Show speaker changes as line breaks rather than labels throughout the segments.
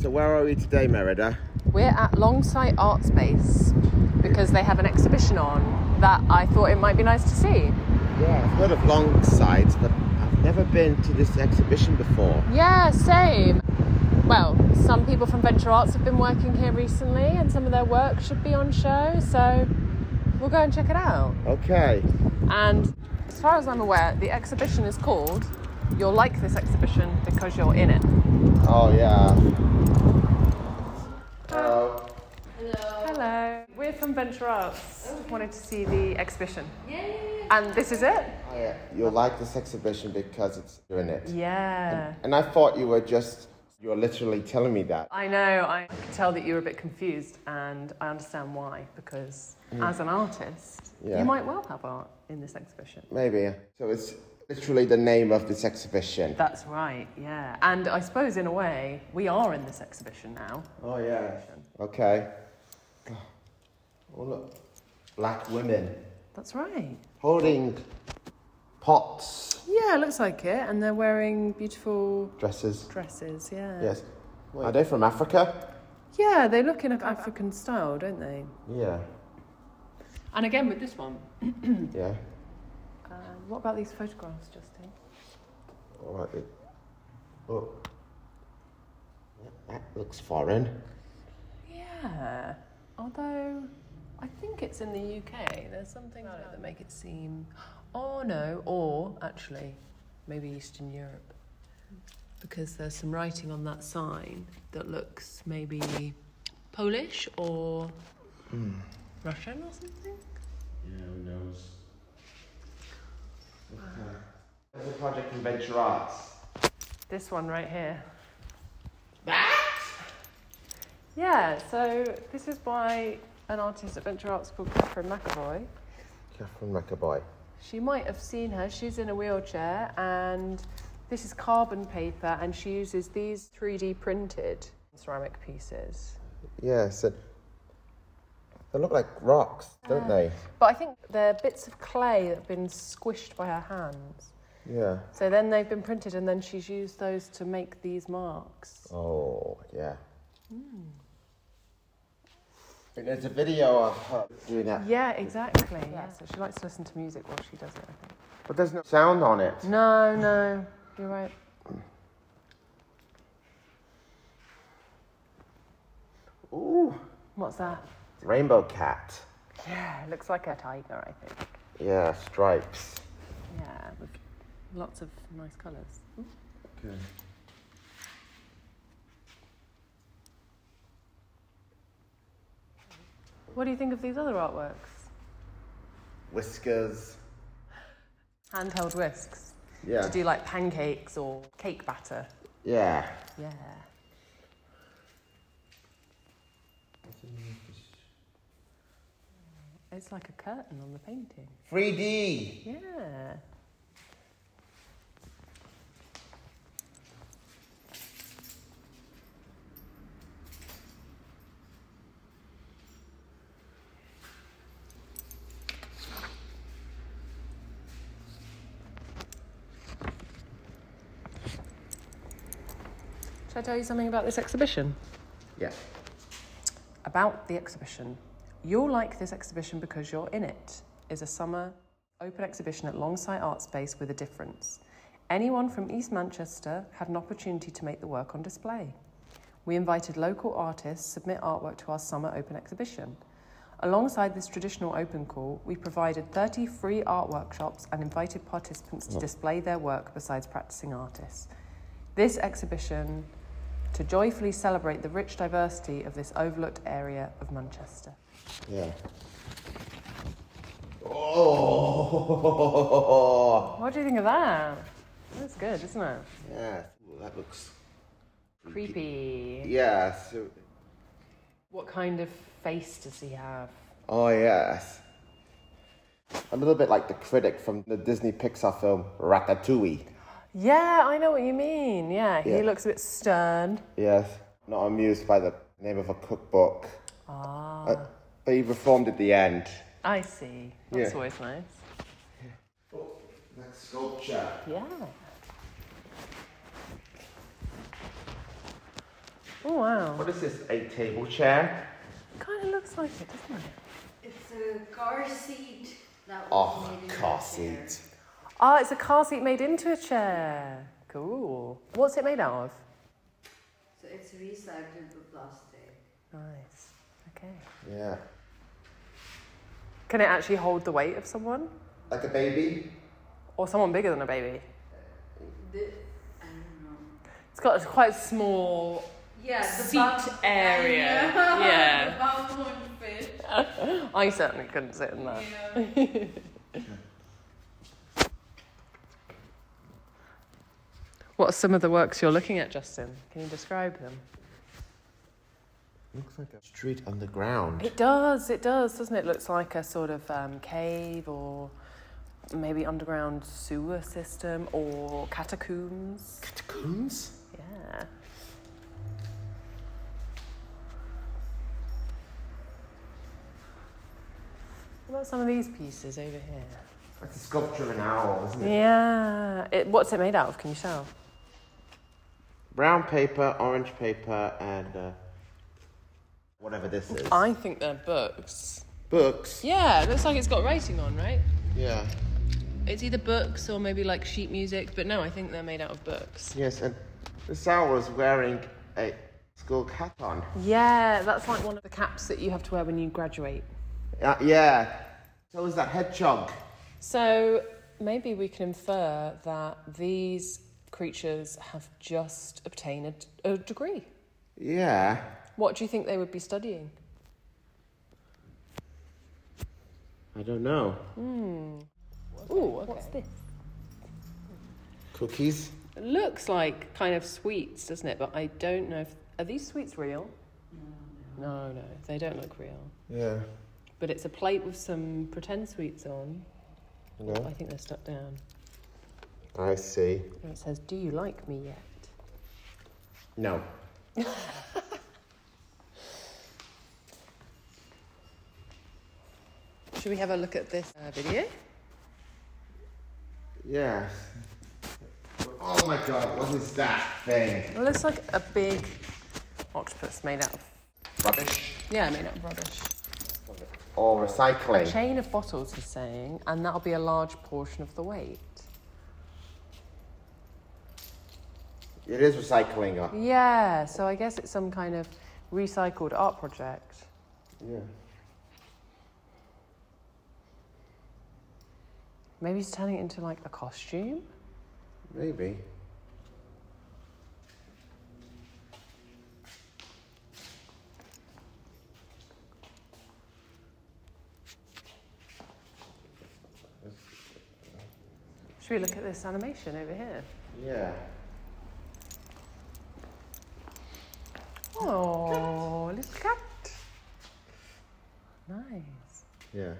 So where are we today, Merida?
We're at Longsight Art Space because they have an exhibition on that I thought it might be nice to see.
Yeah, I've heard of Longsight, but I've never been to this exhibition before.
Yeah, same. Well, some people from Venture Arts have been working here recently and some of their work should be on show, so we'll go and check it out.
Okay.
And as far as I'm aware, the exhibition is called You'll Like This Exhibition Because You're In It.
Oh yeah.
Hello. We're from Venture Arts. Wanted to see the exhibition. And this is it?
I- You'll like this exhibition because it's you're in it.
Yeah.
And I thought you were just you were literally telling me that.
I know, I could tell that you were a bit confused, and I understand why, because as an artist,
Mm. Yeah.
you might well have art in this exhibition.
Maybe. So it's literally the name of this exhibition.
That's right, yeah. And I suppose, in a way, we are in this exhibition now.
Oh yeah. Okay. Oh look. Black women
That's right.
holding pots
Yeah, looks like it, and they're wearing beautiful
dresses.
dresses, yeah.
Yes. Are they from Africa?
Yeah, they look in of African style, don't they?
Yeah.
And again with this one.
Yeah.
Um, what about these photographs, Justin?
All right. then. Oh. That looks foreign.
Yeah, although I think it's in the UK. There's some things about it that make it seem, oh no, or actually, maybe Eastern Europe, because there's some writing on that sign that looks maybe Polish or Russian or something.
Yeah, who knows? There's a project in Venture Arts.
This one right here. Yeah, so this is by an artist at Venture Arts called Catherine McAvoy.
Catherine McAvoy.
She might have seen her. She's in a wheelchair, and this is carbon paper, and she uses these 3D printed ceramic pieces.
Yeah, so they look like rocks, don't they?
But I think they're bits of clay that have been squished by her hands.
Yeah.
So then they've been printed, and then she's used those to make these marks.
Oh, yeah. And There's a video of her doing that,
Yeah, exactly. Yeah, so she likes to listen to music while she does it, I think.
but there's no sound on it.
No, no, you're right.
Ooh,
What's that?
rainbow cat.
Yeah, looks like a tiger, I think.
Yeah, stripes.
Yeah, with lots of nice colours.
Okay.
What do you think of these other artworks?
Whiskers.
Handheld whisks
Yeah.
to do like pancakes or cake batter.
yeah.
Yeah. It's like a curtain on the painting.
3D.
Yeah. Should I tell you something about this exhibition?
Yeah.
about the exhibition. You'll like this exhibition because you're in it is a summer open exhibition at Longsight Art Space with a difference. Anyone from East Manchester had an opportunity to make the work on display. We invited local artists submit artwork to our summer open exhibition. Alongside this traditional open call, we provided 30 free art workshops and invited participants to display their work besides practicing artists. This exhibition to joyfully celebrate the rich diversity of this overlooked area of Manchester.
Yeah. Oh.
What do you think of that? That's good, isn't it?
Yeah. Ooh, that looks.
Creepy.
Yeah. So,
What kind of face does he have?
oh yes. A little bit like the critic from the Disney Pixar film Ratatouille.
Yeah, I know what you mean. Yeah, he
Yeah.
looks a bit stern.
Yes. Oh. Not amused by the name of a cookbook.
Ah,
Uh, but he reformed at the end.
I see. That's
yeah.
always nice.
That sculpture.
Yeah. Oh, wow.
What is this? A table chair?
Kind of looks like it, doesn't it?
It's a car seat. That was
Oh,
made into a
car
chair.
seat.
Oh, it's a car seat made into a chair. Cool. What's it made out of?
So it's recyclable plastic.
Nice. Okay.
Yeah.
Can it actually hold the weight of someone?
Like a baby?
Or someone bigger than a baby?
The, I don't know.
It's got a quite small.
Yeah, the
Seat
bum-
area,
Yeah.
yeah.
the bum won't fit.
I certainly couldn't sit in
Uh.
that.
Yeah.
What are some of the works you're looking at, Justin? Can you describe them?
Looks like a street underground.
It does, it does, doesn't it? Looks like a sort of um, cave or maybe underground sewer system or catacombs.
Catacombs?
Yeah. What about some of these pieces over here?
That's a sculpture of an owl, isn't it?
Yeah. It, what's it made out of? Can you tell?
Brown paper, orange paper, and uh, whatever this is.
I think they're books.
Books?
Yeah, it looks like it's got writing on, right?
Yeah.
It's either books or maybe like sheet music, but no, I think they're made out of books.
Yes, and this owl is wearing a school cap on.
Yeah, that's like one of the caps that you have to wear when you graduate.
Uh, yeah. So is that hedgehog.
So maybe we can infer that these creatures have just obtained a, a degree.
Yeah.
What do you think they would be studying?
I don't know.
Ooh, okay. what's this?
Cookies?
It looks like kind of sweets, doesn't it? But I don't know if are these sweets real? No, no, they don't look real.
Yeah.
But it's a plate with some pretend sweets on. I
No.
think they're stuck down.
I see.
And it says, "Do you like me yet?"
No.
Should we have a look at this uh, video?
Yes. Oh my god, what is that thing?
It looks like a big octopus made out of
Rubbish.
yeah, made out of rubbish.
Or recycling.
Chain of bottles, he's saying, and that'll be a large portion of the weight.
It is recycling. Uh,
Yeah, so I guess it's some kind of recycled art project.
yeah.
Maybe he's turning it into like a costume.
Maybe.
Should we look at this animation over here?
Yeah.
Oh, little cat. Nice.
Yeah.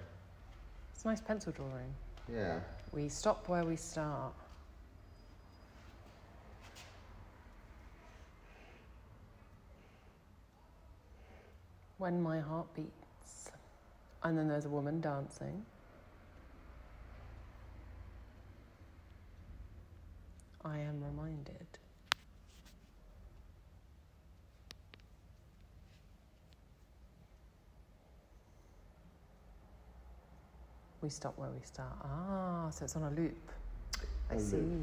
It's a nice pencil drawing.
Yeah.
We stop where we start. When my heart beats. And then there's a woman dancing. I am reminded. We stop where we start. Ah, so it's on a loop. I
A
see.
loop.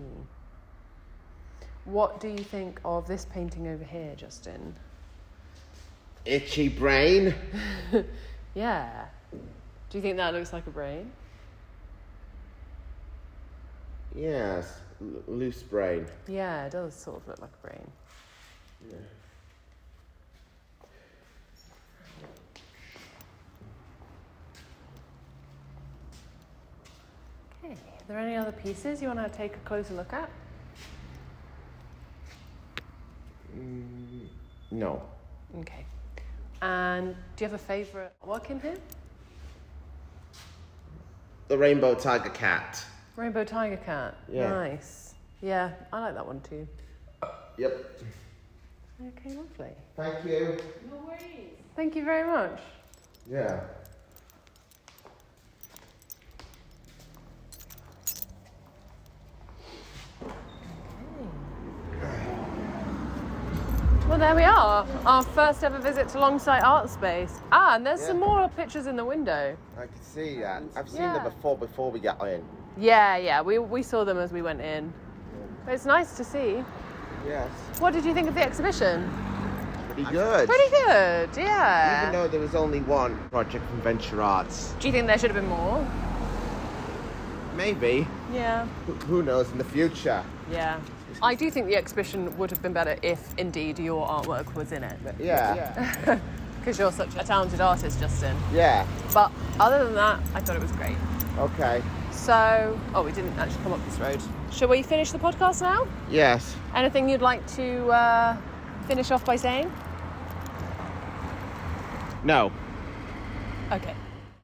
What do you think of this painting over here, Justin?
Itchy brain.
Yeah. Do you think that looks like a brain?
Yes. L- loose brain.
Yeah, it does sort of look like a brain. Okay, are there any other pieces you want to take a closer look at?
Mm, No.
Okay. And do you have a favourite work in here?
The rainbow tiger cat.
Rainbow Tiger Cat.
Yeah.
Nice. Yeah, I like that one too.
Yep.
Okay, lovely.
Thank you.
No worries.
Thank you very much.
Yeah.
Well, there we we are. Our first ever visit to Longsight Art Space. Ah, and there's some
Yeah.
more pictures in the window.
I can see that. I've seen
Yeah.
them before, before we got in.
Yeah, yeah, we, we saw them as we went in. But it's nice to see.
Yes.
What did you think of the exhibition?
Pretty good.
Pretty good, yeah.
Even though there was only one project from Venture Arts.
Do you think there should have been more?
Maybe.
Yeah.
Who- Who knows in the future?
Yeah. I do think the exhibition would have been better if indeed your artwork was in it.
Yeah.
Because you're such a talented artist, Justin.
Yeah.
But other than that, I thought it was great.
Okay.
So, oh, we didn't actually come up this road. Shall we finish the podcast now?
Yes.
Anything you'd like to uh, finish off by saying?
No.
Okay.